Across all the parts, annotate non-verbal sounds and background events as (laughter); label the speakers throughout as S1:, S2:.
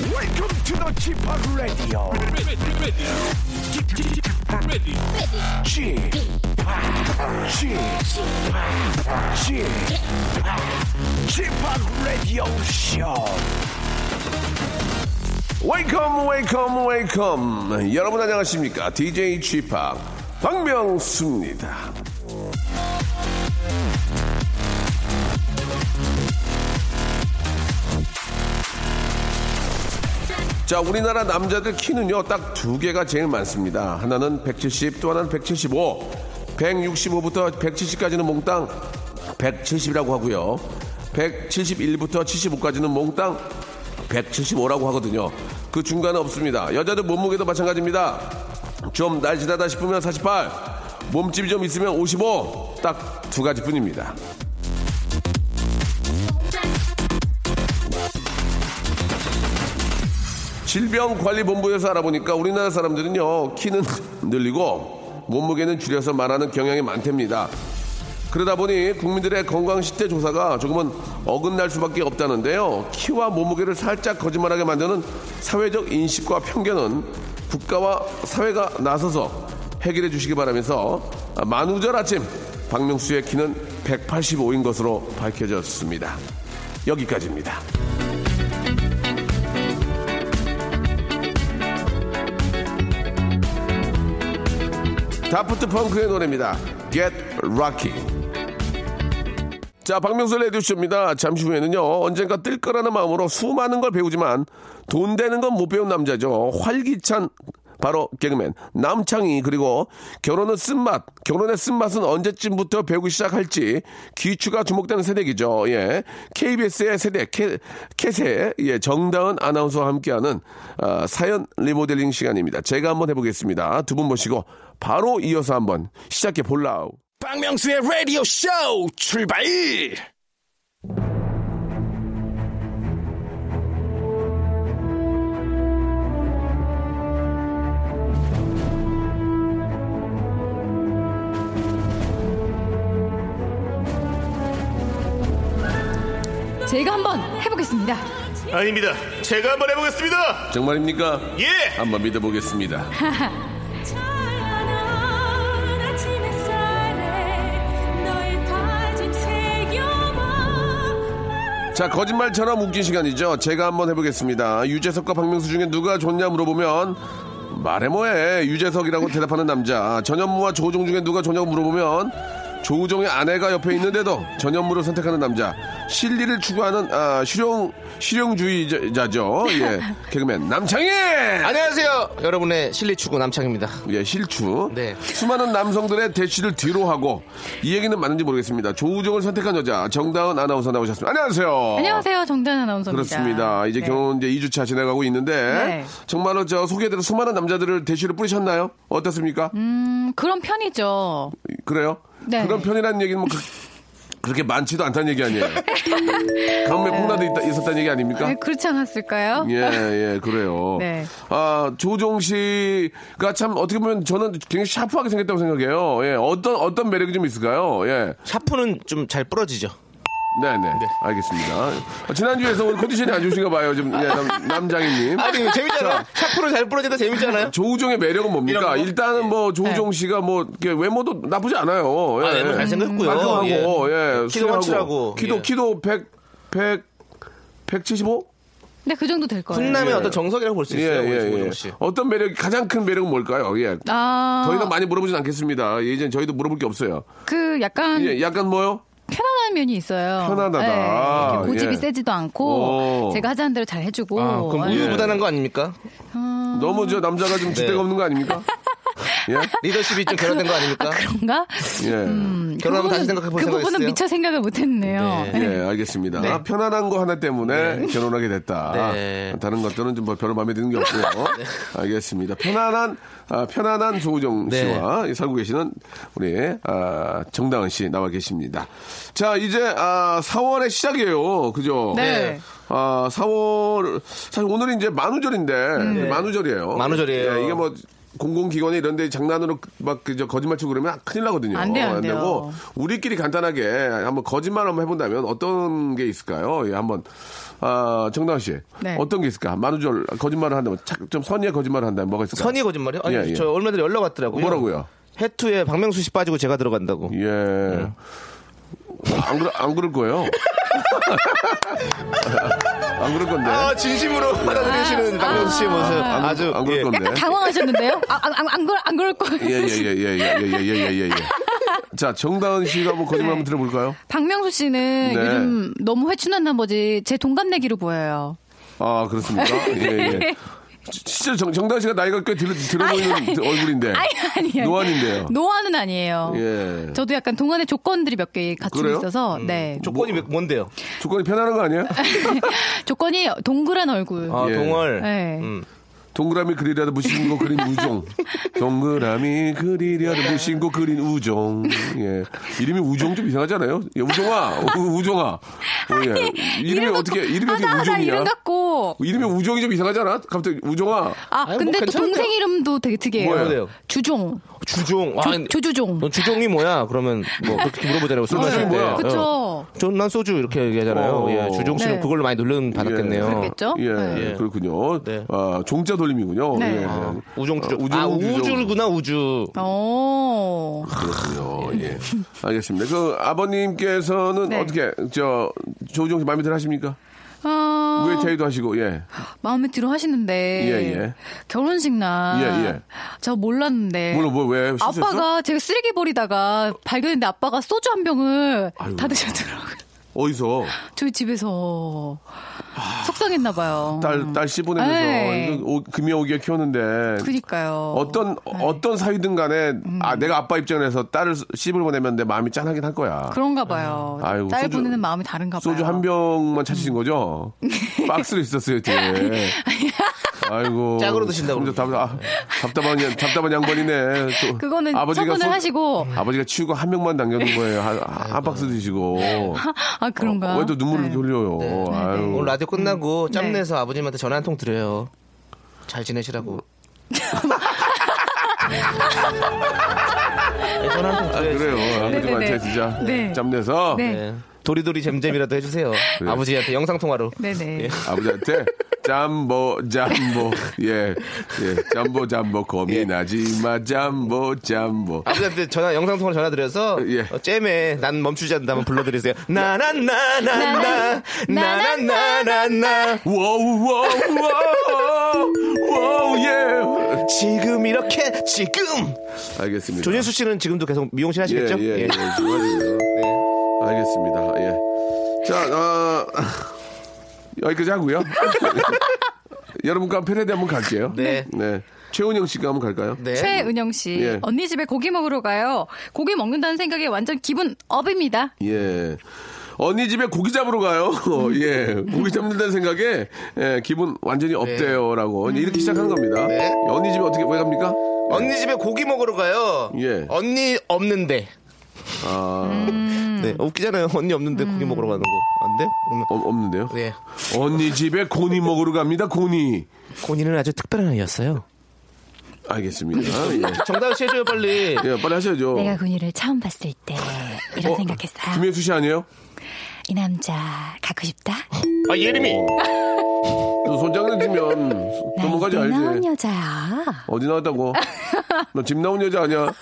S1: Welcome to the g p Radio. g p g p g p Radio Show. Welcome, welcome, welcome. 여러분 안녕하십니까? DJ g p 박명수입니다. 자, 우리나라 남자들 키는요, 딱 두 개가 제일 많습니다. 하나는 170, 또 하나는 175. 165부터 170까지는 몽땅 170이라고 하고요. 171부터 75까지는 몽땅 175라고 하거든요. 그 중간은 없습니다. 여자들 몸무게도 마찬가지입니다. 좀 날씬하다 싶으면 48, 몸집이 좀 있으면 55, 딱 두 가지 뿐입니다. 질병관리본부에서 알아보니까 우리나라 사람들은요 키는 늘리고 몸무게는 줄여서 말하는 경향이 많답니다. 그러다 보니 국민들의 건강 실태 조사가 조금은 어긋날 수밖에 없다는데요. 키와 몸무게를 살짝 거짓말하게 만드는 사회적 인식과 편견은 국가와 사회가 나서서 해결해 주시기 바라면서 만우절 아침 박명수의 키는 185인 것으로 밝혀졌습니다. 여기까지입니다. 다프트 펑크의 노래입니다. Get Rocky. 자, 박명수 레디오쇼입니다. 잠시 후에는요, 언젠가 뜰 거라는 마음으로 수많은 걸 배우지만 돈 되는 건 못 배운 남자죠. 활기찬 바로 개그맨 남창희 그리고 결혼은 쓴맛 결혼의 쓴맛은 언제쯤부터 배우기 시작할지 귀추가 주목되는 세대이죠 예 KBS의 세대 캐, 캐세 예 정다은 아나운서와 함께하는 아, 사연 리모델링 시간입니다 제가 한번 해보겠습니다 두 분 모시고 바로 이어서 한번 시작해 볼라우
S2: 박명수의 라디오 쇼 출발!
S3: 제가 한번 해보겠습니다.
S2: 아닙니다. 제가 한번 해보겠습니다.
S1: 정말입니까
S2: 예!
S1: 한번 믿어보겠습니다
S4: 찬란한 아침 햇살에 너의 다짐 새겨봐
S1: 자 거짓말처럼 웃긴 시간이죠. 제가 한번 해보겠습니다. 유재석과 박명수 중에 누가 좋냐 물어보면 말해 뭐해 유재석이라고 대답하는 남자. 전현무와 조우종 중에 누가 좋냐고 물어보면 조우종의 아내가 옆에 있는데도 전현무를 선택하는 남자. 실리를 추구하는 아, 실용 실용주의자죠. 예 개그맨 남창희.
S5: 안녕하세요. 여러분의 실리 축구 남창입니다.
S1: 예, 실추.
S5: 네.
S1: 수많은 남성들의 대쉬를 뒤로 하고 이 얘기는 맞는지 모르겠습니다. 조우종을 선택한 여자 정다은 아나운서 나오셨습니다. 안녕하세요. 네.
S3: 안녕하세요, 정단 아나운서입니다.
S1: 어. 그렇습니다. 이제 결혼 이제 2주차 지나가고 있는데
S3: 네.
S1: 정말로 저 소개해드린 수많은 남자들을 대쉬를 뿌리셨나요? 어떻습니까?
S3: 음, 그런 편이죠.
S1: 그래요?
S3: 네.
S1: 그런 편이라는 얘기는 뭐 그, 렇게 많지도 않다는 얘기 (laughs) 아니에요. 가뭄에 폭나도 있다, 있었다는 얘기 아닙니까?
S3: 네, 그렇지 않았을까요?
S1: 예, 예,
S5: (laughs)
S1: 그래요.
S3: 네.
S1: 아, 조종 씨가 참 어떻게 보면 저는 굉장히 샤프하게 생겼다고 생각해요. 예, 어떤, 어떤 매력이 좀 있을까요? 예.
S5: 샤프는 좀 잘 부러지죠.
S1: 네네. 알겠습니다. 아, 지난주에서 오늘 컨디션이 안 좋으신가 봐요. 지금, 예, 남, 남장인님.
S5: 아니 재밌잖아. 샤프는 잘 부러진다 재밌잖아요.
S1: 조우종의 매력은 뭡니까?
S5: 이런 거? 예. 네.
S1: 일단은 뭐 조우종 씨가 뭐 이렇게 외모도 나쁘지 않아요. 예.
S5: 아, 외모 잘생겼고요.
S1: 깔끔하고
S5: 예.
S1: 예.
S5: 키도
S1: 수려하고.
S5: 확실하고.
S1: 키도
S5: 예.
S1: 키도 100 100 175?
S3: 네, 그 정도 될 거예요.
S5: 훈남의 어떤 정석이라고 볼 수
S1: 예,
S5: 있어요. 우리
S1: 예,
S5: 조우종
S1: 예.
S5: 씨.
S1: 어떤 매력 가장 큰 매력은 뭘까요? 예.
S3: 아,
S1: 더 이상 많이 물어보진 않겠습니다. 예, 이제 저희도 물어볼 게 없어요.
S3: 그 약간
S1: 예, 약간 뭐요?
S3: 편안한 면이 있어요. 네,
S1: 편안하다.
S3: 이렇게 고집이
S1: 예. 어.
S3: 세지도 않고
S1: 오.
S3: 제가 하자는 대로 잘 해주고.
S1: 뭐
S5: 아, 그럼
S3: 예.
S5: 우유부단한 거 아닙니까?
S1: 너무 저 남자가 좀 주대가 없는 거 아닙니까? 예?
S5: 리더십이 좀 결여된 거 아닙니까?
S3: 그런가?
S1: 예.
S3: 음, 그
S5: 결혼하면
S3: 부분은-
S5: 다시 생각해 볼
S3: 그
S5: 생각
S3: 부분은
S5: 있어요?
S3: 미처 생각을 못했네요.
S5: 네.
S1: 예, 알겠습니다.
S5: 네.
S1: 편안한 거 하나 때문에 결혼하게 됐다.
S5: 네.
S1: 다른 것들은 좀뭐 별로 마음에 드는 게
S5: (laughs)
S1: 없고요. 알겠습니다. 편안한, 아, 편안한 조우정
S5: 네.
S1: 씨와 이 살고 계시는 우리, 아, 정다은 씨 나와 계십니다. 자, 이제, 아, 4월의 시작이에요. 그죠?
S3: 네.
S1: 아, 4월, 사실 오늘이 이제 만우절인데,
S3: 음. 네.
S1: 만우절이에요.
S5: 만우절이에요.
S1: 예, 이게 뭐, 공공기관이 이런 데 장난으로 막 그저 거짓말 치고 그러면 큰일 나거든요.
S3: 안 돼요, 안 돼요.
S1: 되고 우리끼리 간단하게 한번 거짓말 한번 해본다면 어떤 게 있을까요? 예, 한번 아, 정당 씨
S3: 네.
S1: 어떤 게 있을까? 만우절 거짓말을 한다면 착- 좀 선의의 거짓말을 한다면 뭐가 있을까?
S5: 선의 거짓말이요? 아니,
S1: 예, 예.
S5: 저 얼마 전에 연락 왔더라고요.
S1: 뭐라고요?
S5: 해투에 박명수 씨 빠지고 제가 들어간다고.
S1: 예. 안, 그러, 안 그럴 거예요. 안 그럴 건데.
S5: 아, 진심으로 받아들이시는 박명수 씨의 모습.
S1: 안,
S5: 아, 주
S1: 안 그럴 건데.
S3: 약간 당황하셨는데요? 아, 안, 안, 안, 그럴, 안 그럴 거예요.
S1: 네.
S3: (laughs)
S1: 예, 예, 예, 예, 예, 예, 예, 예, 예, 예. 자, 정다은 씨가 한번 거짓말
S3: 네.
S1: 한번 들어볼까요?
S3: 박명수 씨는
S1: 네.
S3: 요즘 너무 회춘한 나머지 제 동갑내기로 보여요.
S1: 아, 그렇습니까? 예, 예. 지- 진짜 정, 정다은 씨가 나이가 꽤 들어, 들어 보이는 얼굴인데.
S3: 네. 아니, 아니요.
S1: 네. 노안인데요.
S3: 노안은 아니에요.
S1: 예.
S3: 저도 약간 동안의 조건들이 몇 개 갖추고
S1: 그래요? 음.
S3: 있어서, 네. (laughs)
S5: 조건이 몇- 뭔데요?
S1: 조건이 편안한 거 아니에요?
S3: 조건이 동그란 얼굴.
S5: 아,
S1: 예.
S5: 동월.
S3: 네.
S5: 음.
S1: 동그라미 그리려다 무심코 그린 우종. 동그라미 그리려다 무심코 그린 우종. 예. 이름이 우종 좀 이상하잖아요? 예, 우종아! 우, 우종아! 어, 예. 이름이
S3: 이름
S1: 어떻게,
S3: 갖고
S1: 이름이 어떻게
S3: 하다 하다
S1: 우종이야?
S3: 이름 같고.
S1: 이름이 우종이 좀 이상하잖아? 갑자기 우종아!
S3: 아,
S5: 아니,
S3: 근데
S5: 뭐
S3: 또
S5: 괜찮은데요?
S3: 동생 이름도 되게 특이해요.
S5: 뭐예요?
S3: 주종.
S5: 주종.
S1: 아,
S5: 아, 와,
S3: 조, 조주종. 네,
S5: 너 주종이 뭐야? 그러면 뭐 그렇게 물어보잖아요. 술
S1: 어,
S5: 마실 때.
S1: 주종이 뭐야?
S3: 그쵸.
S5: 전난 소주 이렇게 얘기하잖아요.
S1: 어.
S5: 예, 주종 씨는
S3: 네.
S5: 그걸로 많이 놀림 받았겠네요.
S1: 예.
S3: 그렇겠죠?
S1: 예,
S3: 네.
S1: 예, 그렇군요.
S5: 네.
S1: 아, 종자 돌림이군요.
S3: 네.
S1: 예.
S5: 아, 우종 주종.
S1: 아, 우종,
S5: 아,
S1: 우종.
S5: 우주구나 우주.
S1: 어.
S3: 오.
S1: 그렇군요. 예. 알겠습니다. 그 아버님께서는
S3: 네.
S1: 어떻게, 저, 조우종 씨 마음에 들어 하십니까?
S3: 아,
S1: 우회 태희도 하시고, 예.
S3: 마음에 들어 하시는데
S1: 예, 예.
S3: 결혼식
S1: 예,
S3: 날
S1: 예.
S3: 저 몰랐는데
S1: 물론 뭐, 왜? 실수했어?
S3: 네. 아빠가 제가 쓰레기 버리다가 발견했는데 아빠가 소주 한 병을
S1: 아이고.
S3: 다 드셨더라고요.
S1: 어디서?
S3: 저희 집에서 속상했나 봐요.
S1: 아, 딸, 딸 씹어내면서
S3: 네.
S1: 이거 오- 금이 오기에 키웠는데.
S3: 그니까요.
S1: 어떤,
S3: 네.
S1: 어떤 사이든 간에,
S3: 음.
S1: 아, 내가 아빠 입장에서 딸을 씹을 보내면 내 마음이 짠하긴 할 거야.
S3: 그런가 봐요.
S1: 음. 아이고,
S3: 딸
S1: 소주-
S3: 보내는 마음이 다른가 봐요.
S1: 소주 한 병만
S3: 음.
S1: 찾으신
S3: (laughs)
S1: 거죠? 박스로 있었어요, 뒤에. 아이고.
S5: 짝으로 드신다고
S1: 혼자 답, 아, 답답한, 양- 답답한 양반이네. 또
S3: 그거는 처분을
S1: 소-
S3: 하시고.
S1: 아버지가 치우고 한 명만 남겨둔 거예요. 한, 한 박스 드시고.
S3: (laughs) 아 (laughs) 그런가?
S1: 어, 왜 또 눈물을
S3: 네.
S1: 흘려요? 아유.
S5: 오늘 라디오 끝나고 짬
S3: 네.
S5: 내서 아버님한테 전화 한 통 드려요. 잘 지내시라고.
S1: (laughs)
S5: 네, 전화 한 통 드려요.
S1: 그래요. 아버지
S3: 네네네.
S1: 한테 진짜
S3: 네.
S1: 짬내서
S3: 네.
S5: 네. 도리도리 잼잼이라도 해주세요. 아버지한테 영상 통화로.
S3: 네네.
S1: 아버지한테 짬보 짬보 예예 짬보 짬보 고민하지 마 짬보 짬보
S5: 아버지한테 전화 영상 통화 전화 드려서
S1: 예.
S5: 어, 잼에 난 멈추지 않는다 한번 불러드리세요. 나나나나나 나나나나나
S1: 워우 워우 워우 워우 예
S5: 지금 이렇게 지금
S1: 알겠습니다
S5: 조진수 씨는 지금도 계속 미용실
S1: 예,
S5: 하시겠죠?
S1: 예, 예, 좋아지네요. 알겠습니다 예자 어, 여기까지 하고요 (laughs) 여러분과 패러디 한번 갈게요
S5: 네.
S1: 네 최은영 씨가 한번 갈까요
S5: 네.
S3: 최은영 씨,
S1: 예.
S3: 언니 집에 고기 먹으러 가요. 고기 먹는다는 생각에 완전 기분 업입니다.
S1: 예. 언니 집에 고기 잡으러 가요. (laughs) 예. 고기 잡는다는 생각에 예, 기분 완전히 업돼요라고 이렇게 시작하는 겁니다. 예,
S5: 네.
S1: 언니 집에 어떻게 왜 갑니까?
S5: 언니 집에 고기 먹으러 가요.
S1: 예.
S5: 언니 없는데.
S1: 아,
S5: 네, 웃기잖아요. 언니 없는데 고기 먹으러 가는 거. 안 돼? 그러면
S1: 어, 없는데요.
S5: 네.
S1: 언니 집에 고니 먹으러 갑니다. 고니.
S5: 고니는 아주 특별한 아이였어요.
S1: 알겠습니다. 예.
S5: 정답 해줘요 빨리.
S1: 예, 빨리
S6: (laughs)
S1: 하셔야죠.
S6: 내가 군이를 처음 봤을 때 이런
S1: 어,
S6: 생각했어요.
S1: 김혜수 씨 아니에요?
S6: 이 남자 갖고 싶다.
S1: 어,
S2: 아 예림이
S1: 너 손장난 지면 도망가지
S6: (laughs) 나 나온
S1: 알지.
S6: 여자야.
S1: 어디
S6: (laughs)
S1: 나왔다고? 너 집 나온 여자 아니야?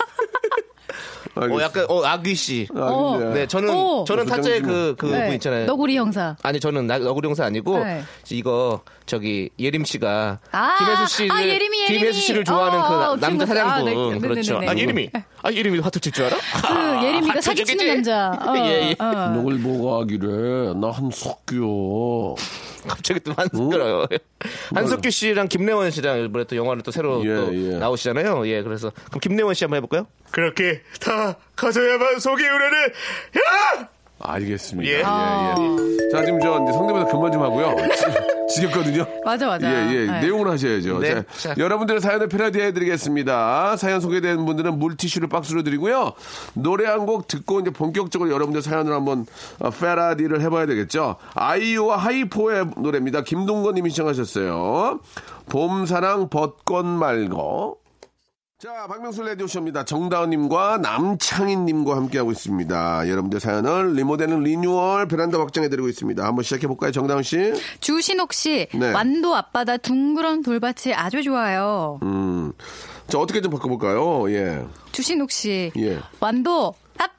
S5: 어
S1: 알겠어.
S5: 약간 어 아귀 씨.
S1: 아, 근데.
S5: 네, 저는
S3: 오.
S5: 저는
S1: 그
S5: 타짜의
S1: 정도면.
S5: 그 그 분 있잖아요.
S3: 너구리 형사.
S5: 아니 저는 나- 너구리 형사 아니고
S3: 네.
S5: 이거 저기 예림 씨가
S3: 아,
S5: 김혜수 씨를
S3: 아, 예림이, 예림이.
S5: 김혜수 씨를 좋아하는 그
S3: 어,
S5: 나- 남자
S3: 친구.
S5: 사장분
S3: 아, 네, 네,
S5: 그렇죠.
S3: 네, 네, 네.
S5: 아,
S2: 아 예림이 아 예림이 화투칠 줄 알아? 아,
S3: 그 예림이가 사기치는 남자. 어,
S5: (laughs) 예,
S1: 아,
S5: 예.
S3: 어.
S1: 너를 뭐가 하기래? 나한 석규요.
S2: 뭐
S5: 갑자기 또 한숨 들어요. 한석규 씨랑 김래원 씨랑 이번에 또 영화를 또 새로
S1: 예,
S5: 또
S1: 예.
S5: 나오시잖아요. 예, 그래서 그럼 김래원 씨 한번 해볼까요? 그렇게 다 가져야만 속이 우려를. 야!
S1: 알겠습니다.
S5: 예.
S1: 예,
S3: 어. 아.
S1: 예. 자, 지금 저 이제 성대모사 그만 좀 하고요. 지- 지겹거든요.
S3: 맞아, 맞아.
S1: 예, 예.
S3: 네.
S1: 내용을 하셔야죠.
S5: 네.
S1: 자,
S5: 자.
S1: 여러분들의 사연을 패러디해 드리겠습니다. 사연 소개된 분들은 물티슈를 박스로 드리고요. 노래 한 곡 듣고 이제 본격적으로 여러분들 사연을 한번 어, 패러디를 해봐야 되겠죠. 아이유와 하이포의 노래입니다. 김동건 님이 신청하셨어요. 봄사랑 벚꽃 말고. 자, 박명수 레디오쇼입니다. 정다은님과 남창희님과 함께하고 있습니다. 여러분들 사연을 리모델링 리뉴얼 베란다 확장해드리고 있습니다. 한번 시작해볼까요, 정다은 씨?
S3: 주신옥 씨,
S1: 네.
S3: 완도 앞바다 둥그런 돌밭이 아주 좋아요.
S1: 음. 자, 어떻게 좀 바꿔볼까요? 예.
S3: 주신옥 씨,
S1: 예.
S3: 완도 앞바다에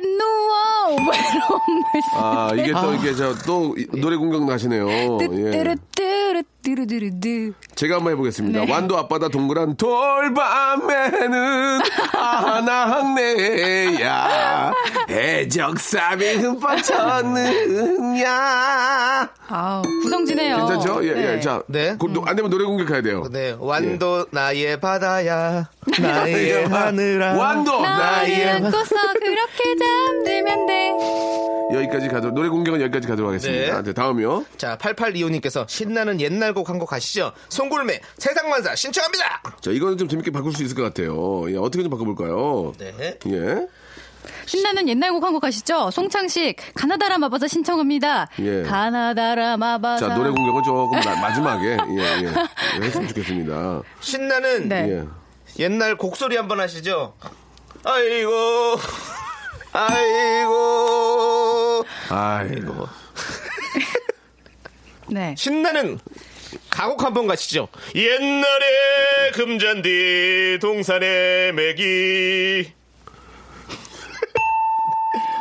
S3: 누워 뭐 (laughs) 외로움을
S1: 아, 이게 또, 이게 저, 또, 이- 노래 공격 나시네요. 예.
S3: 뚜뚜루뚜루뚜루뚜루뚜.
S1: 제가 한번 해보겠습니다.
S3: 네.
S1: 완도 앞바다 동그란 돌밤에는 아낙네야 해적삼이 흠뻑 쳤느냐.
S3: 아우, 구성지네요.
S1: 괜찮죠? 예,
S3: 네.
S1: 예. 자,
S5: 네.
S1: 곧 노- 안 되면 노래 공격 가야 돼요.
S5: 네, 완도
S2: (laughs)
S5: 나의 바다야,
S2: 네.
S5: 나의 하늘아.
S1: 예. 완도!
S3: 나의
S5: 나의
S3: 꼬서
S1: (laughs)
S3: 그렇게 잠들면 돼.
S1: 여기까지 가도록, 노래 공격은 여기까지 가도록 하겠습니다.
S5: 네.
S1: 네, 다음이요.
S5: 자, 8825님께서 신나는 옛날 곡 한 곡 아시죠? 송골매 세상만사 신청합니다.
S1: 자, 이거는 좀 재밌게 바꿀 수 있을 것 같아요. 예, 어떻게 좀 바꿔볼까요?
S5: 네.
S1: 예.
S3: 신나는 옛날 곡 한 곡 아시죠? 송창식 가나다라 마바사 신청합니다.
S1: 예.
S3: 가나다라 마바사.
S1: 아, 자, 노래 공격은 조금 마- 마지막에, 예, 예. 예, (laughs) 했으면 좋겠습니다.
S5: 신나는
S3: 네.
S1: 예.
S5: 옛날 곡소리 한번 하시죠. 아이고, 아이고.
S1: 아이고.
S3: 네. (laughs)
S5: 신나는 가곡 한번 가시죠. 옛날에 금잔디 동산의 매기.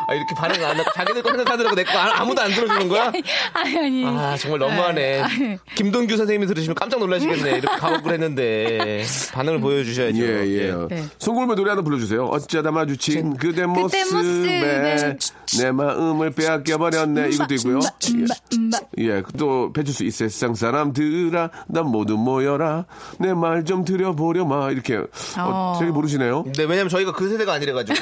S5: 아 이렇게 반응 안 하고 자기들 거 생각 하느라고 내거 아무도 안 들어주는 거야?
S3: 아니, 아니.
S5: 아 정말 너무하네. 김동규 선생님이 들으시면 깜짝 놀라시겠네. 이렇게 가곡을 했는데 반응을 보여주셔야죠.
S1: 예, 예.
S3: 네.
S1: 송골매 노래 하나 불러주세요. 어쩌다 마주친 그대 모습에
S3: 모습에
S1: 내 마음을 빼앗겨버렸네. 이것도 있고요.
S3: 음바, 음바, 음바.
S1: 예, 또 배칠수 이 세상 사람들아, 난 모두 모여라. 내 말 좀 들여보렴아. 이렇게 어,
S3: 어.
S1: 되게 모르시네요.
S5: 네 왜냐면 저희가 그 세대가 아니래가지고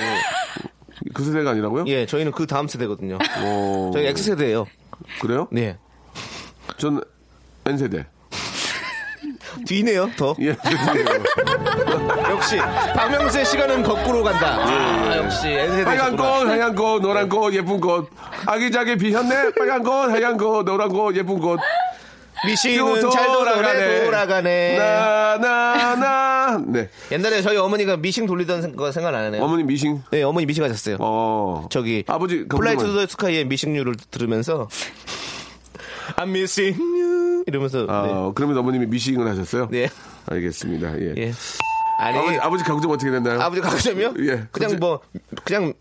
S1: 그 세대가 아니라고요?
S5: 예 저희는 그 다음 세대거든요.
S1: 오,
S5: 저희 X 세대예요.
S1: 그래요?
S5: 네
S1: 전 N 세대.
S5: 뒤네요 더.
S1: 예. 죄송해요.
S5: 역시 박명수의 시간은 거꾸로 간다. 아, 역시 N세대
S1: 빨간
S5: 거꾸로
S1: 꽃, (laughs) 하얀 꽃, 노란
S5: 네.
S1: 꽃, 예쁜 꽃. 아기자기 비현네. 빨간 꽃, 하얀 꽃, 노란 꽃, 예쁜 꽃.
S5: 간다. 미싱은 잘 돌아가네. 돌아가네.
S1: 나나나. 네.
S5: 옛날에 저희 어머니가 미싱 돌리던 거 생각 안 하네요.
S1: 어머님 미싱.
S5: 네, 어머니 미싱 하셨어요.
S1: 어.
S5: 저기
S1: 아버지
S5: 플라이
S1: 그분은-
S5: 투 더 스카이의 미싱류를 들으면서 I'm missing you 이러면서
S1: 아, 그러면 어머님이 미싱을 하셨어요?
S5: 네. 네.
S1: 알겠습니다. 예.
S5: 예. 아니
S1: 아버지,
S5: 아버지,
S1: 아버지 가구 좀 어떻게 됐나요?
S5: 가구점이요?
S1: 예, 그치.
S5: 그냥 뭐 그냥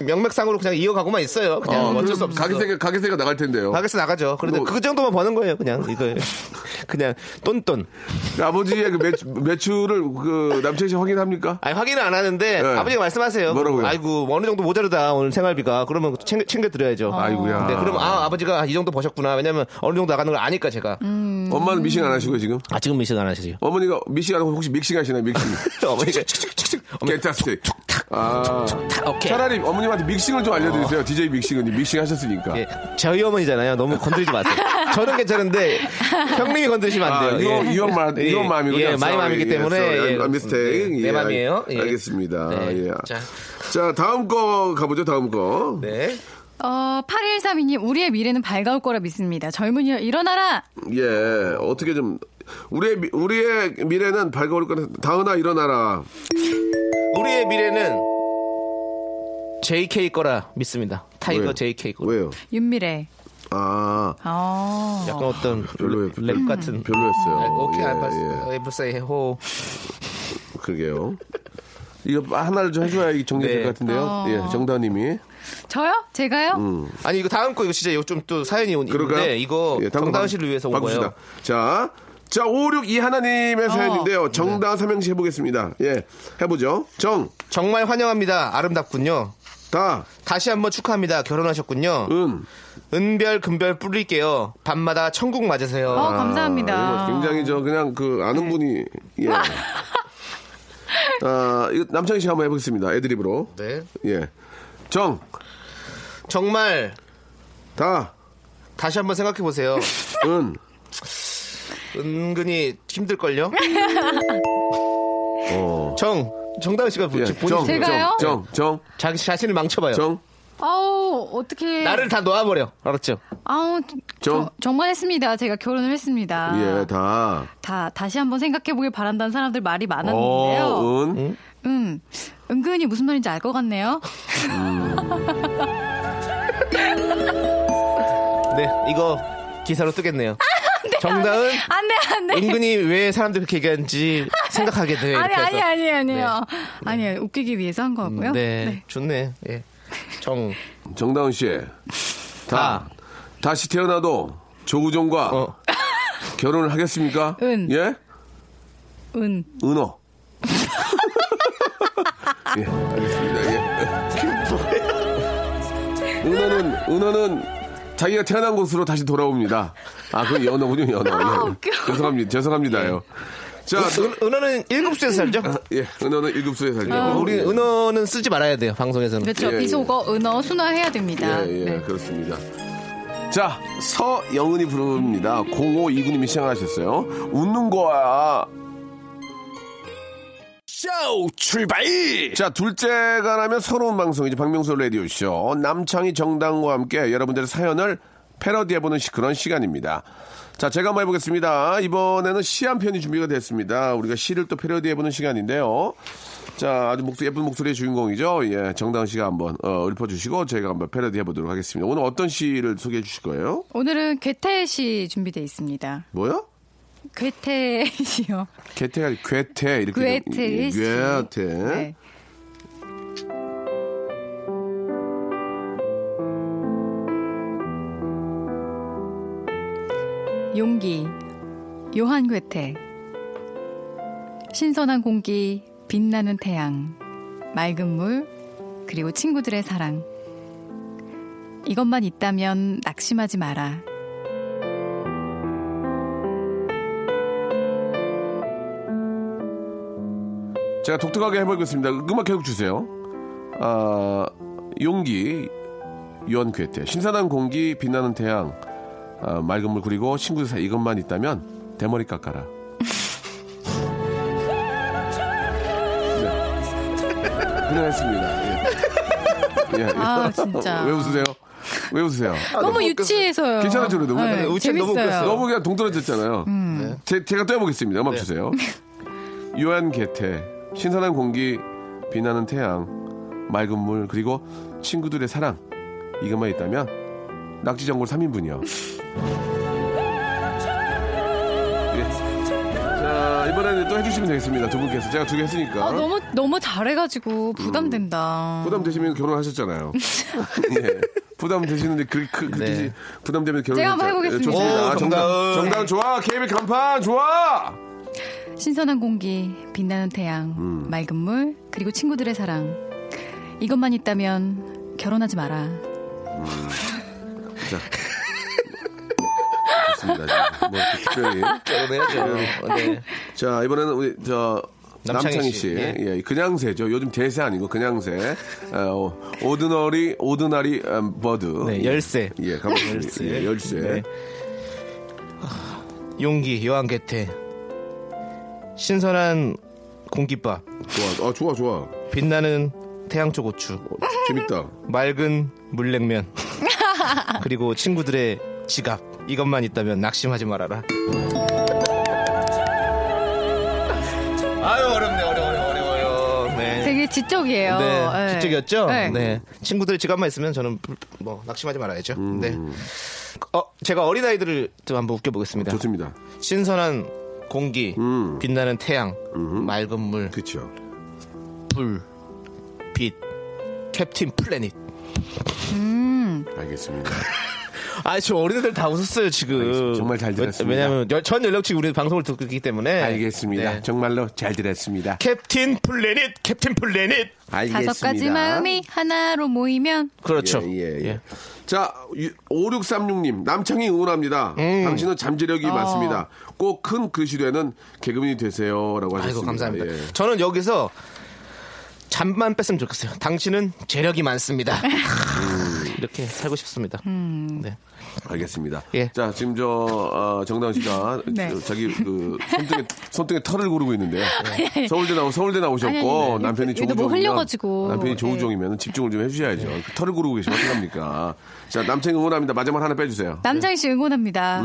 S5: 명맥상으로 그냥 이어가고만 있어요. 그냥
S1: 어,
S5: 어쩔 수 없어.
S1: 가격세가, 가격세가 나갈 텐데요.
S5: 가게에서 나가죠. 그런데
S1: 뭐-
S5: 그 정도만 버는 거예요, (laughs) 그냥 이거 그냥 똔똔.
S1: 아버지의 그 매출, 매출을 그 남철 씨 확인합니까?
S5: 아니 확인은 안 하는데
S1: 네.
S5: 아버지가 말씀하세요.
S1: 뭐라고요?
S5: 아이고 어느 정도 모자르다 오늘 생활비가 그러면 챙겨, 챙겨 드려야죠.
S1: 아이고야.
S5: 네, 그럼 아 아버지가 이 정도 버셨구나. 왜냐면 어느 정도 나가는 걸 아니까 제가.
S1: 엄마는 미싱 안 하시고 지금?
S5: 아 지금 미션 안 하시죠?
S1: 어머니가 미싱 안 하고 혹시 믹싱 하시나요? 믹싱.
S5: (laughs) 어머니가
S1: 게타스틱. 아.
S5: 오케이.
S1: 차라리 어머님한테 믹싱을 좀 알려드리세요. DJ 믹싱은 믹싱 하셨으니까.
S5: 예, 저희 어머니잖아요. 너무 건드리지 마세요. 저는 괜찮은데 형님이 건드리시면
S1: 아,
S5: 안 돼요.
S1: 이건
S5: 예.
S1: 이건 마,
S5: 예.
S1: 이건 마음이군요.
S5: 예, 마이
S1: Sorry.
S5: 마음이기
S1: 예,
S5: 때문에
S1: sorry.
S5: 예,
S1: I'm a mistake.
S5: 네,
S1: 예,
S5: 내 마음이에요. 예.
S1: 알겠습니다.
S5: 네.
S1: 예. 자.
S5: 자.
S1: 다음 거 가보죠. 다음 거.
S5: 네.
S3: 어, 8132님, 우리의 미래는 밝아올 거라 믿습니다. 젊은이여, 일어나라!
S1: 예, 어떻게 좀 우리의 미- 우리의 미래는 밝아올 거는 다은아 일어나라.
S5: 우리의 미래는 JK 거라 믿습니다. 타이거
S1: 왜요?
S5: JK 거.
S1: 왜요?
S3: 윤미래.
S1: 아,
S3: 어.
S5: 약간 어떤
S1: 별로예요.
S5: 랩 같은
S1: 별로였어요.
S5: 아, 오케이
S1: 예,
S5: 알았어. 에브사이 호.
S1: 예, 그러게요. 이거 하나를 좀 해줘야 이게 정리될
S5: 네.
S1: 것 같은데요. 예, 정다님이
S3: 저요? 제가요?
S5: 아니 이거 다음 거 이거 진짜 이거 좀 또 사연이 온
S1: 그럴까요?
S5: 있는데 네, 이거
S1: 예, 다음 거
S5: 정다은
S1: 바-
S5: 씨를 위해서 온
S1: 바꿉시다.
S5: 거예요.
S1: 자, 자, 562 하나님의
S5: 어.
S1: 사연인데요. 정다 삼행시 해보겠습니다. 예, 해보죠. 정,
S5: 정말 환영합니다. 아름답군요.
S1: 다.
S5: 다시 한번 축하합니다. 결혼하셨군요.
S1: 은.
S5: 은별, 금별 뿌릴게요. 밤마다 천국 맞으세요.
S3: 어,
S1: 아,
S3: 감사합니다. 네.
S1: 이거 굉장히 저 그냥 그 아는 분이
S3: (laughs)
S1: 예. 아, 이거 남창희 씨가 한번 해보겠습니다. 애드립으로.
S5: 네.
S1: 예. 정,
S5: 정말
S1: 다,
S5: 다시 한번 생각해
S3: (laughs)
S5: 보세요.
S1: 은.
S5: 은근히 힘들걸요?
S1: 어.
S5: 정, 정다은 씨가
S1: 예,
S5: 본인 네.
S1: 정,
S3: 제가요?
S1: 정, 정,
S5: 자기 자신을 망쳐봐요.
S1: 정,
S3: 아우 어떻게
S5: 나를 다 놓아버려. 알았죠?
S3: 아우
S1: 정.
S3: 정... 정말 했습니다. 제가 결혼을 했습니다.
S1: 예, 다.
S3: 다 다시 한번 생각해 보길 바란다는 사람들 말이 많았는데요.
S1: 어, 은.
S3: 음 은근히 무슨 말인지 알
S5: (laughs)
S3: 것 같네요.
S5: 네, 이거 기사로 뜨겠네요.
S3: 아,
S5: 정다은
S3: 안돼 안돼.
S5: 은근히 왜 사람들 그렇게 얘기하는지 생각하게 돼요.
S3: 네. (laughs) 아니
S5: 이렇게
S3: 아니
S5: 해서.
S3: 아니 아니요. 아니요 웃기기 위해서 한 거고요.
S5: 네, 좋네. 예. 정,
S1: 정다은 씨. 다.
S5: 다.
S1: 다시 태어나도 조우종과
S5: 어,
S1: 결혼을 하겠습니까?
S3: 은.
S1: 예?
S3: 은
S1: 은어. 예, 알겠습니다. 예. 은어는, 은어는 자기가 태어난 곳으로 다시 돌아옵니다. 아, 그 연어군요, 연어. 예. 죄송합니다. 죄송합니다요. 자,
S5: 은, 은어는 일곱 수에 살죠?
S1: 예, 은어는 일급수에 살죠.
S5: 우리 은어는 쓰지 말아야 돼요. 방송에서는.
S3: 음. 그렇죠.
S1: 예, 예.
S3: 비속어 은어 순화해야 됩니다.
S1: 예, 예,
S3: 네.
S1: 그렇습니다. 자, 서영은이 부릅니다. 0529님이 시청하셨어요. 웃는 거야.
S2: 쇼 출발!
S1: 자, 둘째가 라면 서러운 방송이죠. 박명수 라디오쇼. 남창희 정당과 함께 여러분들의 사연을 패러디해보는 시- 그런 시간입니다. 자, 제가 한번 해보겠습니다. 이번에는 시 한 편이 준비가 됐습니다. 우리가 시를 또 패러디해보는 시간인데요. 자, 아주 목소 예쁜 목소리의 주인공이죠. 예, 정당 씨가 한번 어, 읊어주시고 저희가 한번 패러디해보도록 하겠습니다. 오늘 어떤 시를 소개해 주실 거예요?
S3: 오늘은 괴테 시 준비돼 있습니다.
S1: 뭐요?
S3: 괴테 시요.
S1: 괴테가 아니라 괴테 이렇게 예,
S3: 괴테 시.
S1: 괴테
S3: 네. 용기 요한 괴테 신선한 공기 빛나는 태양 맑은 물 그리고 친구들의 사랑 이것만 있다면
S1: (laughs)
S3: 낙심하지 마라
S1: 제가 독특하게 해보겠습니다. 음악 계속 주세요. 아, 용기, 요한 괴테, 신선한 공기, 빛나는 태양, 아, 맑은 물 그리고 친구들 사이 이것만 있다면 대머리 깎아라. 네. 그냥 했습니다. 예. 예.
S3: 아, 진짜.
S1: 왜 웃으세요? 왜 웃으세요?
S5: 아,
S3: 너무
S5: 네.
S3: 유치해서요 네,
S1: 괜찮아요, 노래 너무 괜찮아요.
S5: 우체국 너무
S3: 재밌어요.
S5: 웃겼어.
S1: 너무 그냥 동떨어졌잖아요.
S5: 네.
S3: 음.
S1: 제, 제가 또 해보겠습니다. 음악 주세요. 요한 개태, 신선한 공기, 빛나는 태양, 맑은 물, 그리고 친구들의 사랑. 이것만 있다면 낙지전골 3인분이요.
S4: 아,
S1: 자, 이번에는 또 해주시면 되겠습니다. 두 분께서. 제가 두 개 했으니까.
S3: 아, 너무 너무 잘해가지고 부담된다.
S1: 음. 부담되시면 결혼하셨잖아요.
S3: (laughs)
S1: 예. 부담되시는데 그, 그, 그
S5: 네.
S1: 대신 부담되면 결혼
S3: 제가 한번 해보겠습니다.
S1: 좋습니다.
S5: 오,
S1: 정답.
S5: 정답은.
S1: 정답 좋아. KB 간판 좋아.
S3: 신선한 공기, 빛나는 태양, 맑은 물, 그리고 친구들의 사랑. 이것만 있다면 결혼하지 마라.
S1: 좋습니다. 뭐 이렇게 특별히.
S3: (laughs)
S5: 결혼해야죠. 네.
S1: 자, 이번에는 우리 저
S5: 남창희
S1: 남창희 씨.
S5: 씨.
S1: 예.
S5: 예.
S1: 그냥새죠. 요즘 대세 아니고 그냥새. 어, 오드너리 오드나리 음, 버드.
S5: 네,
S1: 예.
S5: 열쇠.
S1: 예, 가보겠습니다.
S5: 열쇠.
S1: 예, 열쇠.
S5: 네. 용기, 요한 개태. 신선한 공깃밥.
S1: 좋아. 아, 좋아, 좋아. 어,
S5: 빛나는 태양초 고추.
S1: 재밌다.
S5: 맑은
S3: (laughs)
S5: 물냉면 그리고 친구들의 지갑 이것만 있다면 낙심하지 말아라 아유 어렵네 어려워요 어려워요 네,
S3: 되게 지적이에요.
S5: 네.
S3: 예.
S5: 지적이었죠
S3: 네.
S5: 네. 친구들의 지갑만 있으면 저는 불- 뭐 낙심하지 말아야죠
S1: 음.
S5: 네 어, 제가 어린아이들을 좀 한번 웃겨보겠습니다
S1: 좋습니다.
S5: 신선한 공기
S1: 음.
S5: 빛나는 태양 맑은 물
S1: 그렇죠.
S5: 불, 빛 캡틴 플래닛
S1: 알겠습니다.
S5: 아, 지금 어린애들 다 웃었어요, 지금.
S1: 알겠습니다. 정말 잘
S5: 왜-
S1: 들었습니다.
S5: 왜냐면 열- 전 연령층 우리 방송을 듣고 있기 때문에.
S1: 알겠습니다.
S5: 네.
S1: 정말로 잘 들었습니다.
S5: 캡틴 플래닛, 캡틴 플래닛.
S1: 알겠습니다.
S3: 다섯 가지 마음이 하나로 모이면
S5: 그렇죠.
S1: 예, 예, 예.
S5: 예.
S1: 자, 5636님, 남창이 응원합니다.
S5: 음.
S1: 당신은 잠재력이
S3: 어.
S1: 많습니다. 꼭 큰 그 시대는 개그맨이 되세요. 라고 하셨습니다.
S5: 아이고 감사합니다.
S1: 예.
S5: 저는 여기서 잠만 뺐으면 좋겠어요. 당신은 재력이 많습니다. 이렇게 살고 싶습니다. 네.
S1: 알겠습니다.
S5: 예.
S1: 자, 지금 저, 어, 정다은 씨가
S3: (laughs) 네.
S1: 저- 자기 그 손등에, 손등에 털을 고르고 있는데요. 서울대, 나오, 서울대 나오셨고,
S3: 네. 아니, 아니, 아니.
S1: 남편이
S3: 얘도
S1: 조우종이면.
S3: 뭐 흘려가지고. 네.
S1: 남편이 조우종이면 집중을 좀 해주셔야죠. 그 털을 고르고 계시면 어떡합니까. 자, 남창이 응원합니다. 마지막 하나 빼주세요.
S3: 남장희 씨 응원합니다.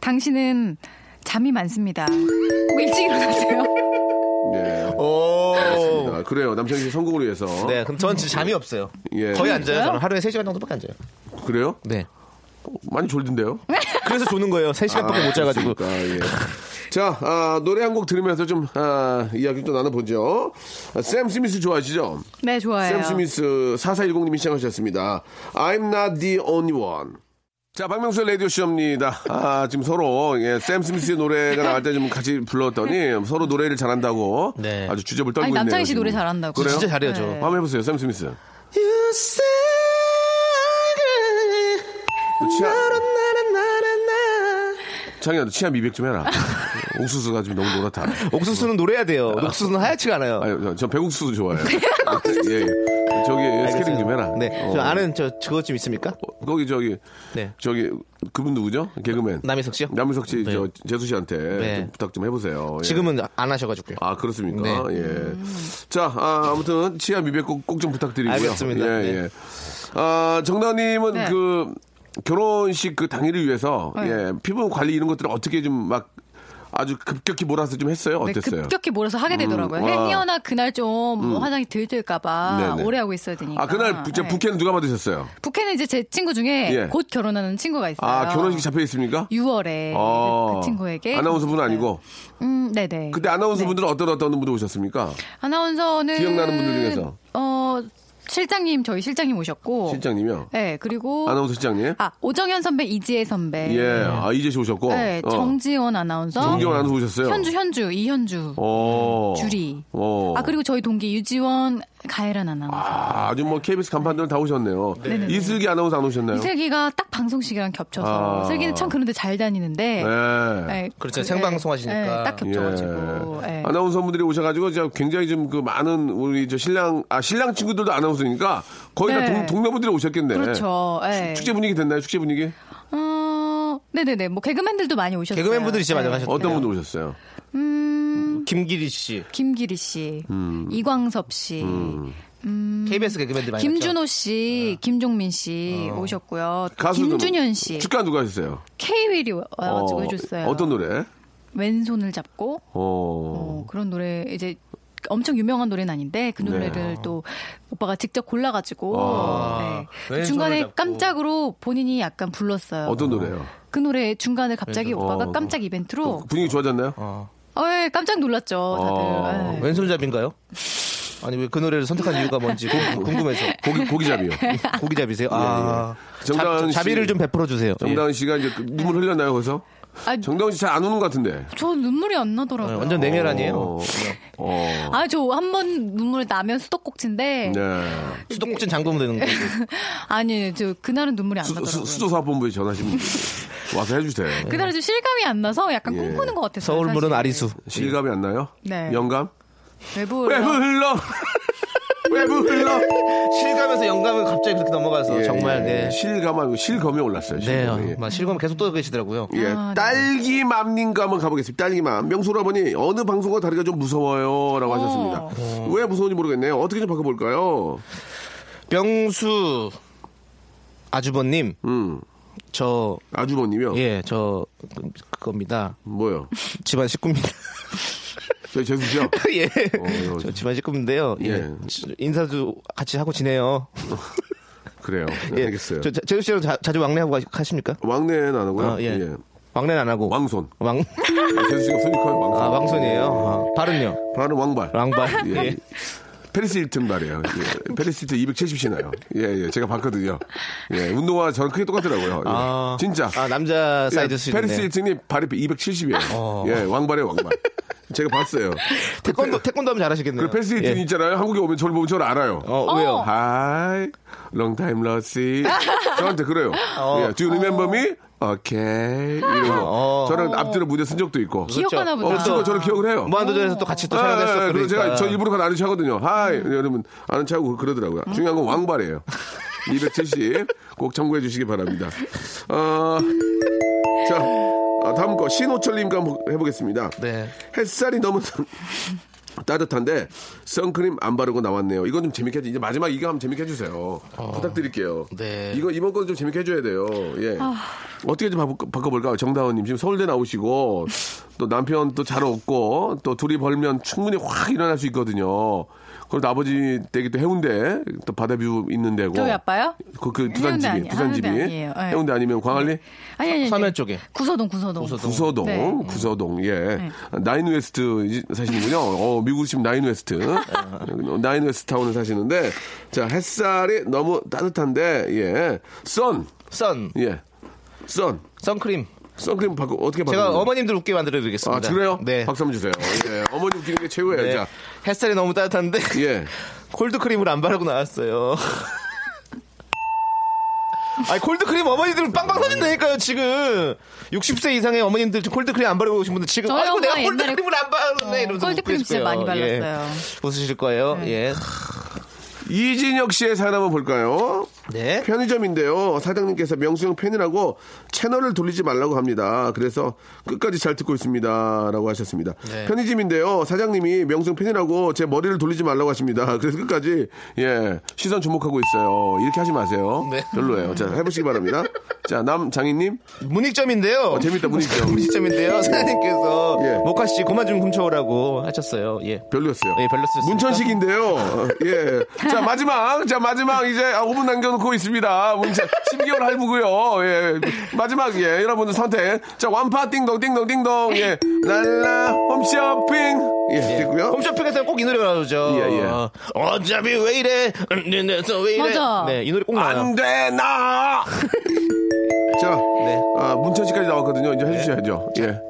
S3: 당신은 잠이 많습니다. 꼭 일찍 일어나세요. (laughs)
S1: 예.
S5: 오.
S1: 아, 그래요. 남창희 씨 성공을 위해서.
S5: 네, 그럼 저는 진짜 잠이 없어요.
S1: 예.
S5: 거의 안 자요. 저는 하루에 3시간 정도밖에 안 자요.
S1: 그래요?
S5: 네.
S1: 많이 졸던데요? 아,
S5: 그래서 조는 거예요. 3시간밖에 네. 못 자가지고.
S1: 그렇습니까? 예. 자, 아, 노래 한 곡 들으면서 좀 아, 이야기 좀 나눠보죠. 아, 샘 스미스 좋아하시죠?
S3: 네, 좋아요.
S1: 샘 스미스 4410님이 시청하셨습니다. I'm not the only one. 자, 박명수 라디오 쇼입니다. 아, 지금 서로, 예, 샘 스미스의 노래가 나갈 때 좀 같이 불렀더니 서로 노래를 잘한다고
S5: 네.
S1: 아주 주접을 떨고
S3: 아니,
S1: 있네요.
S3: 남창희 씨
S1: 지금.
S3: 노래 잘한다고.
S1: 그래요?
S5: 진짜 잘해요, 저.
S3: 네.
S1: 한번 해보세요, 샘 스미스.
S5: You say
S1: 치아,
S5: 나라나라나.
S1: 창이야, 너 치아 미백 좀 해라. 어, 옥수수가 지금 너무 노랗다.
S5: 옥수수는 노래야 돼요. 옥수수는 하얗지가 않아요.
S1: 아니, 저, 저 배국수 좋아해요.
S3: (laughs)
S1: 예, 예. 저기 스케링 좀 해라.
S5: 네.
S1: 어.
S5: 저 아는 저 그것 좀 있습니까?
S1: 어, 거기 저기
S5: 네.
S1: 저기 그분 누구죠? 개그맨
S5: 남희석 씨요?
S1: 남희석 씨,
S5: 네.
S1: 저 재수 씨한테
S5: 네.
S1: 좀 부탁 좀 해보세요. 예.
S5: 지금은 안 하셔가지고요.
S1: 아 그렇습니까?
S5: 네.
S1: 예. 자 아, 무튼 치아 미백 꼭 좀 부탁드리고요. 예,
S5: 알겠습니다. 네.
S1: 예. 아 정다님은
S3: 네.
S1: 그 결혼식 그 당일을 위해서 예, 피부 관리 이런 것들을 어떻게 좀 막 아주 급격히 몰아서 좀 했어요?
S3: 네,
S1: 어땠어요? 음,
S3: 급격히 몰아서 하게 되더라고요.
S1: 와.
S3: 행여나 그날 좀뭐 화장이
S1: 네,
S3: 들들까봐
S1: 네.
S3: 오래 하고 있어야 되니까.
S1: 아 그날 부, 저
S3: 네.
S1: 부캐는 누가 받으셨어요?
S3: 부캐는 이제 제 친구 중에
S1: 예.
S3: 곧 결혼하는 친구가 있어요.
S1: 아 결혼식 잡혀 있습니까?
S3: 6월에
S1: 아,
S3: 그 친구에게
S1: 아나운서분 아니고
S3: 음, 네네.
S1: 그때 아나운서분들은 어떤 어떤 분들 오셨습니까?
S3: 아나운서는
S1: 기억나는 분들 중에서.
S3: 어 실장님 저희 실장님 오셨고
S1: 실장님이요.
S3: 네 그리고
S1: 아나운서 실장님.
S3: 아 오정현 선배 이지혜 선배
S1: 예, 아 이재 씨 오셨고.
S3: 네
S1: 어.
S3: 정지원 아나운서
S1: 정지원 아나운서 오셨어요.
S3: 현주 현주 이현주
S1: 어.
S3: 주리
S1: 어.
S3: 아 그리고 저희 동기 유지원 가혜란 아나운서
S1: 아, 아주 뭐 KBS 간판들은 다 오셨네요. 이슬기 아나운서 안 오셨나요?
S3: 이슬기가 딱 방송식이랑 겹쳐서
S1: 아.
S3: 슬기는 참 그런데 잘 다니는데
S1: 네.
S3: 네,
S5: 그렇죠. 생방송 하시니까.
S3: 네, 딱
S1: 예.
S3: 겹쳐가지고 네.
S1: 아나운서분들이 오셔가지고 제가 굉장히 좀 그 많은 우리 저 신랑 아 신랑 친구들도 아나운서니까 거의 다
S3: 네.
S1: 동, 동료분들이 오셨겠네.
S3: 그렇죠. 예.
S1: 축제 분위기 됐나요? 축제 분위기?
S3: 어, 네네네. 뭐 개그맨들도 많이 오셨어요.
S5: 개그맨분들이 진짜 많이
S3: 네.
S5: 가셨대요.
S1: 어떤 분들 오셨어요? 음.
S5: 김기리 씨,
S3: 음, 김기리 씨, 이광섭 씨,
S1: 음.
S5: KBS 개그맨들 많이 네.
S3: 김준호 씨, 김종민 씨 오셨고요.
S1: 어. 가수들 뭐.
S3: 김준현 씨,
S1: 축가 누가 하셨어요?
S3: K-윌이 와가지고 해줬어요.
S1: 어떤 노래?
S3: 왼손을 잡고
S1: 어.
S3: 어, 그런 노래 이제 엄청 유명한 노래는 아닌데 그 노래를 또 오빠가 직접 골라가지고 네.
S5: 왼손을
S3: 중간에
S5: 잡고.
S3: 깜짝으로 본인이 약간 불렀어요.
S1: 어떤 노래요?
S3: 그 노래 중간에 갑자기 오빠가
S1: 어,
S3: 깜짝 이벤트로
S1: 분위기 좋아졌나요?
S3: 어, 예, 깜짝 놀랐죠 다들.
S1: 어.
S3: 예.
S5: 왼손잡인가요? 아니 왜 그 노래를 선택한 이유가
S1: (laughs)
S5: 뭔지 궁- 궁금해서
S1: 고기 고기잡이요.
S3: (laughs)
S5: 고기잡이세요? 아,
S1: 예, 정다은
S5: 잡,
S1: 씨.
S5: 자비를 좀 베풀어 주세요. 예.
S1: 정다은 씨가 이제 그 눈물 흘렸나요 거기서?
S3: 아,
S1: 정다은 씨 잘 안 우는 것 같은데.
S3: 저 눈물이 안
S5: 예.
S3: 나더라고요.
S5: 완전 냉혈 아니에요? 네.
S1: 어. 어.
S3: 아, 저 한 번 눈물 나면 수도꼭지인데
S1: 네.
S5: 수도꼭지 잠그면 되는 거예요.
S3: (laughs) 아니, 저 그날은 눈물이 안
S1: 수,
S3: 나더라고요.
S1: 수, 수도사업본부에
S3: (laughs)
S1: 전화하시면 돼요. 와서 해주세요.
S3: 그날은 좀 실감이 안 나서 약간 꿈꾸는 것 같았어요.
S5: 서울물은
S3: 사실.
S5: 아리수.
S1: 실감이 안 나요?
S3: 네.
S1: 영감?
S3: 외부
S1: 왜 흘러? (laughs) 왜 흘러?
S5: 실감에서 영감은 갑자기 그렇게 넘어가서
S1: 예,
S5: 정말
S1: 예.
S5: 네.
S1: 실감 아니고 실검이 올랐어요.
S5: 네,
S1: 실검이.
S5: 막 실감 계속 떠 계시더라고요.
S1: 예,
S3: 아, 네.
S1: 딸기맘님과 한번 가보겠습니다. 딸기맘. 명수 할아버니, 어느 방송과 다리가 좀 무서워요.
S3: 어.
S1: 라고 하셨습니다. 왜 무서운지 모르겠네요. 어떻게 좀 바꿔볼까요?
S5: 병수 아주버님,
S1: 음,
S5: 저
S1: 아주버님이요.
S5: 예, 저 그- 그겁니다.
S1: 뭐요?
S5: 집안 식구입니다. (laughs)
S1: 저희 재수 씨요?
S5: 예.
S1: 어,
S5: 저 집안 식구인데요. 예.
S1: 예.
S5: 인사도 같이 하고 지내요.
S1: 그래요.
S5: 예.
S1: 네, 알겠어요.
S5: 저, 저, 제주 씨랑 자, 자주 왕래하고 가- 가십니까?
S1: 왕래는 안 하고요.
S5: 아, 예.
S1: 예.
S5: 왕래는 안 하고.
S1: 왕손.
S5: 왕,
S1: 재수 씨가 손이 커요. 왕손.
S5: 아, 왕손이에요. 아, 발은요?
S1: 발은 왕발.
S5: 왕발.
S1: 예.
S5: 예.
S1: 페리스 힐튼 말이에요. 예, 페리스 힐튼 270시나요? 예, 예. 제가 봤거든요. 예, 운동화 저는 크게 똑같더라고요. 예,
S5: 아.
S1: 진짜. 예,
S5: 아, 남자 사이즈 어. 수준.
S1: 페리스 힐튼이 발이 270이에요. 예, 왕발이에요, 왕발. 제가 봤어요.
S5: 태권도, 태권도 하면 잘하시겠네요.
S1: 그리고 페리스 힐튼
S5: 예.
S1: 있잖아요. 한국에 오면 저를 보면 저를 알아요.
S5: 어, 왜요?
S1: Hi, long time no see. 저한테 그래요. 예, do you remember me? 오케이. 이러고.
S5: 어.
S1: 저는 앞뒤로 무대 쓴 적도 있고.
S3: 기억하나
S5: 그렇죠.
S3: 보다.
S1: 어, 친구 저를 기억을 해요.
S5: 무한도전에서 또 같이 또
S1: 예,
S5: 촬영했었고.
S1: 예, 그리고
S5: 그러니까.
S1: 제가
S5: 음.
S1: 저 일부러 간 아는 척하거든요. 하이 여러분 아는 척하고 그러더라고요. 중요한 건 왕발이에요. 270 꼭 참고해 주시기 바랍니다. 어, 자 아, 다음 거 신호철님과 한번 해보겠습니다.
S5: 네.
S1: 햇살이 너무 따뜻한데 선크림 안 바르고 나왔네요. 이건 좀 재밌게 해주- 이제 마지막 이거 한번 재밌게 해주세요. 부탁드릴게요.
S5: 네.
S1: 이거 이번 건 좀 재밌게 해줘야 돼요. 예.
S3: 아.
S1: 어떻게 좀 바꿔- 바꿔볼까요? 정다은님 지금 서울대 나오시고 또 남편 또 잘 없고 또 둘이 벌면 충분히 확 일어날 수 있거든요. 그리고 아버지 댁이 또 해운대 또 바다뷰 있는 데고.
S3: 저희 아빠요?
S1: 그, 그
S3: 해운대
S1: 부산집이
S3: 아니-
S1: 부산집이
S3: 해운대 아니에요. 예.
S1: 해운대 아니면 광안리?
S3: 아니, 아니, 아니.
S5: 서면 쪽에.
S3: 구서동, 구서동.
S1: 구서동,
S3: 네.
S1: 구서동, 예. 나인 웨스트 이- 사시는군요. 어, 미국 지금 나인 웨스트.
S3: 네.
S1: 나인 웨스트 타운에 사시는데, 자, 햇살이 너무 따뜻한데, 예. 선,
S5: 선,
S1: 예. 선.
S5: 선크림.
S1: 선크림 바꿔, 어떻게 바꿔?
S5: 제가 어머님들 웃게 만들어 드리겠습니다.
S1: 아, 그래요?
S5: 네.
S1: 박수 한번 주세요. 예. 어머니 웃기는 게 최고예요.
S5: 네.
S1: 자,
S5: 햇살이 너무 따뜻한데.
S1: 예.
S5: 콜드크림을 안 바르고 나왔어요. (laughs) 아니 콜드크림 어머니들은 빵빵 터진다니까요 지금 60세 이상의 어머님들 지금 콜드크림 안 바르고 계신 분들 지금
S3: 저희
S5: 아이고 내가
S3: 엄마 옛날에
S5: 콜드크림을 안 바르네
S3: 어,
S5: 이러면서
S3: 콜드크림
S5: 웃으실
S3: 진짜
S5: 거예요.
S3: 많이 발랐어요. 네.
S5: 예. 웃으실 거예요
S1: 이진혁 씨의 사연 한번 볼까요?
S5: 예네
S1: 편의점인데요. 사장님께서 명수형 팬이라고 채널을 돌리지 말라고 합니다. 그래서 끝까지 잘 듣고 있습니다. 라고 하셨습니다.
S5: 네.
S1: 편의점인데요. 사장님이 명수형 팬이라고 제 머리를 돌리지 말라고 하십니다. (laughs) 그래서 끝까지, 예, 시선 주목하고 있어요. 이렇게 하지 마세요.
S5: 네.
S1: 별로예요. 자, 해보시기 바랍니다. 자, 남장인님. 어,
S5: 문익점인데요
S3: 어.
S1: 재밌다, 문익점.
S3: 예.
S5: 문익점인데요 사장님께서
S1: 예.
S5: 모카 씨 그만 좀 훔쳐오라고 하셨어요 예
S1: 별로였어요.
S5: 예, 별로였습니다.
S1: 문천식인데요. 어, 예. 자, 마지막. 자, 마지막. 이제 5분 남겨놓고 있습니다. 문천, 10개월 할부고요 예. 마지막, 예. 여러분들 선택. 자, 완파, 띵동, 띵동, 띵동. 예. 랄라, 홈쇼핑. 예, 됐고요.
S5: 홈쇼핑에서 꼭 이 노래가 나오죠
S1: 예, 예.
S5: 어, 어차피 왜 이래 내내서 왜 이래
S3: 맞아.
S5: 네이 노래 꼭 나와요
S1: 안 돼, 나! 어. (laughs) 자,
S5: 네.
S1: 아, 문천식까지 나왔거든요. 이제 해주셔야죠. 예.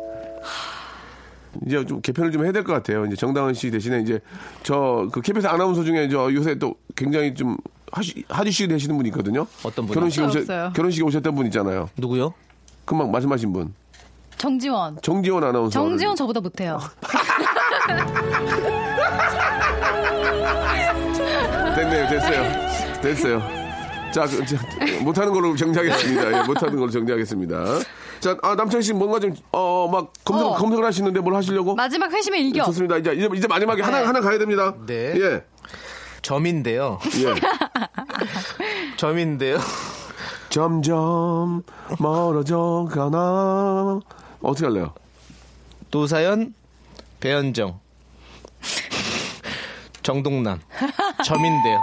S1: 이제 좀 개편을 좀 해야 될 것 같아요. 이제 정다은 씨 대신에 이제 저그 KBS 아나운서 중에 저 요새 또 굉장히 좀 하시, 하디씨 되시는 분이 있거든요.
S5: 어떤 분이요?
S1: 결혼식 오셨,
S3: 없어요.
S1: 결혼식에 오셨던 분 있잖아요.
S5: 누구요?
S1: 금방 말씀하신 분.
S3: 정지원.
S1: 정지원 아나운서.
S3: 정지원 저보다 못해요.
S1: 됐네요. 됐어요. 됐어요. 자, 그, 저, 못하는 걸로 정리하겠습니다. 예, 못하는 걸로 정리하겠습니다. 자, 아, 남창희 씨 뭔가 좀, 어, 어, 막 검색,
S3: 어.
S1: 검색을 하시는데 뭘 하시려고?
S3: 마지막 회심의 일격.
S1: 좋습니다. 이제, 이제, 이제 마지막에 하나, 하나 가야 됩니다.
S5: 네.
S1: 예.
S5: 점인데요.
S1: 예.
S5: 점인데요. (laughs)
S1: 점점 멀어져 가나. 어떻게 할래요?
S5: 노사연, 배현정, 정동남. 점인데요.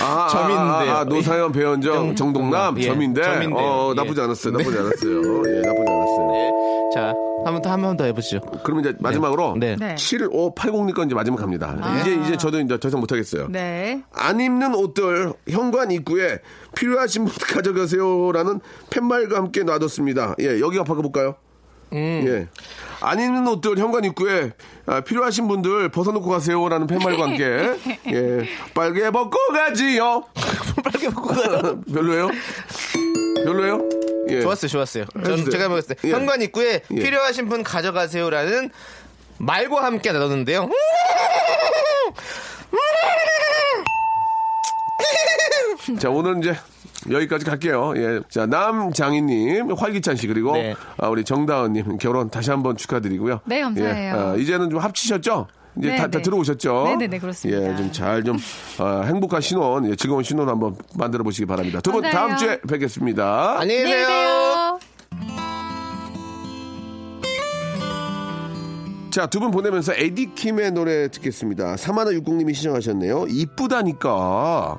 S1: 아, 아,
S5: 점인데요.
S1: 아, 아, 노사연, 배현정,
S5: 정-
S1: 정동남,
S5: 예,
S1: 점인데.
S5: 점인데요.
S1: 어,
S5: 예.
S1: 나쁘지 않았어요. 나쁘지 않았어요. 예, 나쁘지 않았어요.
S5: 네. 자, 한 번 더, 한 번 더 해보시죠.
S1: 그러면 이제 마지막으로
S5: 네.
S3: 네. 아.
S1: 7580님 건 이제 마지막 갑니다. 이제 이제 저도 이제 더 이상 못 하겠어요.
S3: 네.
S1: 안 입는 옷들 현관 입구에 필요하신 분 (laughs) 가져가세요라는 팻말과 함께 놔뒀습니다. 예, 여기가 바꿔볼까요?
S5: 음.
S1: 예. 안 입는 옷들 현관 입구에 아, 필요하신 분들 벗어놓고 가세요라는 팻말과 함께 예 빨개 벗고 가지요
S5: (laughs) 빨개 먹고 가요.
S1: 별로예요 별로예요 예.
S5: 좋았어요, 좋았어요.
S1: 해주세요.
S5: 전 제가 해보겠을 때.
S1: 예.
S5: 현관 입구에
S1: 예.
S5: 필요하신 분 가져가세요라는 말과 함께 나눴는데요.
S1: 자, 오늘 이제 여기까지 갈게요. 예. 자, 남장희님, 활기찬 씨, 그리고
S5: 네.
S1: 아, 우리 정다은님 결혼 다시 한번 축하드리고요.
S3: 네, 감사해요.
S1: 아, 이제는 좀 합치셨죠? 이제
S3: 네,
S1: 다, 다
S3: 네.
S1: 들어오셨죠?
S3: 네, 네, 네, 그렇습니다.
S1: 예, 좀 잘 좀 행복한 신혼, 예, 즐거운 신혼 한번 만들어 보시기 바랍니다. 두 분 다음
S3: 감사해요.
S1: 주에 뵙겠습니다.
S5: 안녕히
S3: 네, 안녕히
S5: 계세요.
S3: 계세요.
S1: 자, 두 분 보내면서 에디킴의 노래 듣겠습니다. 사마나 육공님이 신청하셨네요. 이쁘다니까.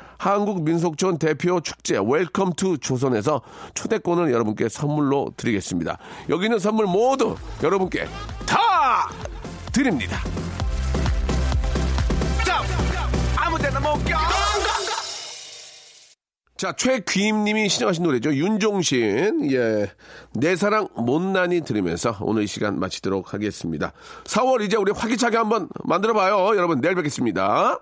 S1: 한국민속촌 대표 축제 웰컴 투 조선에서 초대권을 여러분께 선물로 드리겠습니다. 여기 있는 선물 모두 여러분께 다 드립니다. 자, 최귀임 님이 신청하신 노래죠. 윤종신. 예. 내 사랑 못난이 들으면서 오늘 이 시간 마치도록 하겠습니다. 4월 이제 우리 화기차게 한번 만들어 봐요. 여러분, 내일 뵙겠습니다.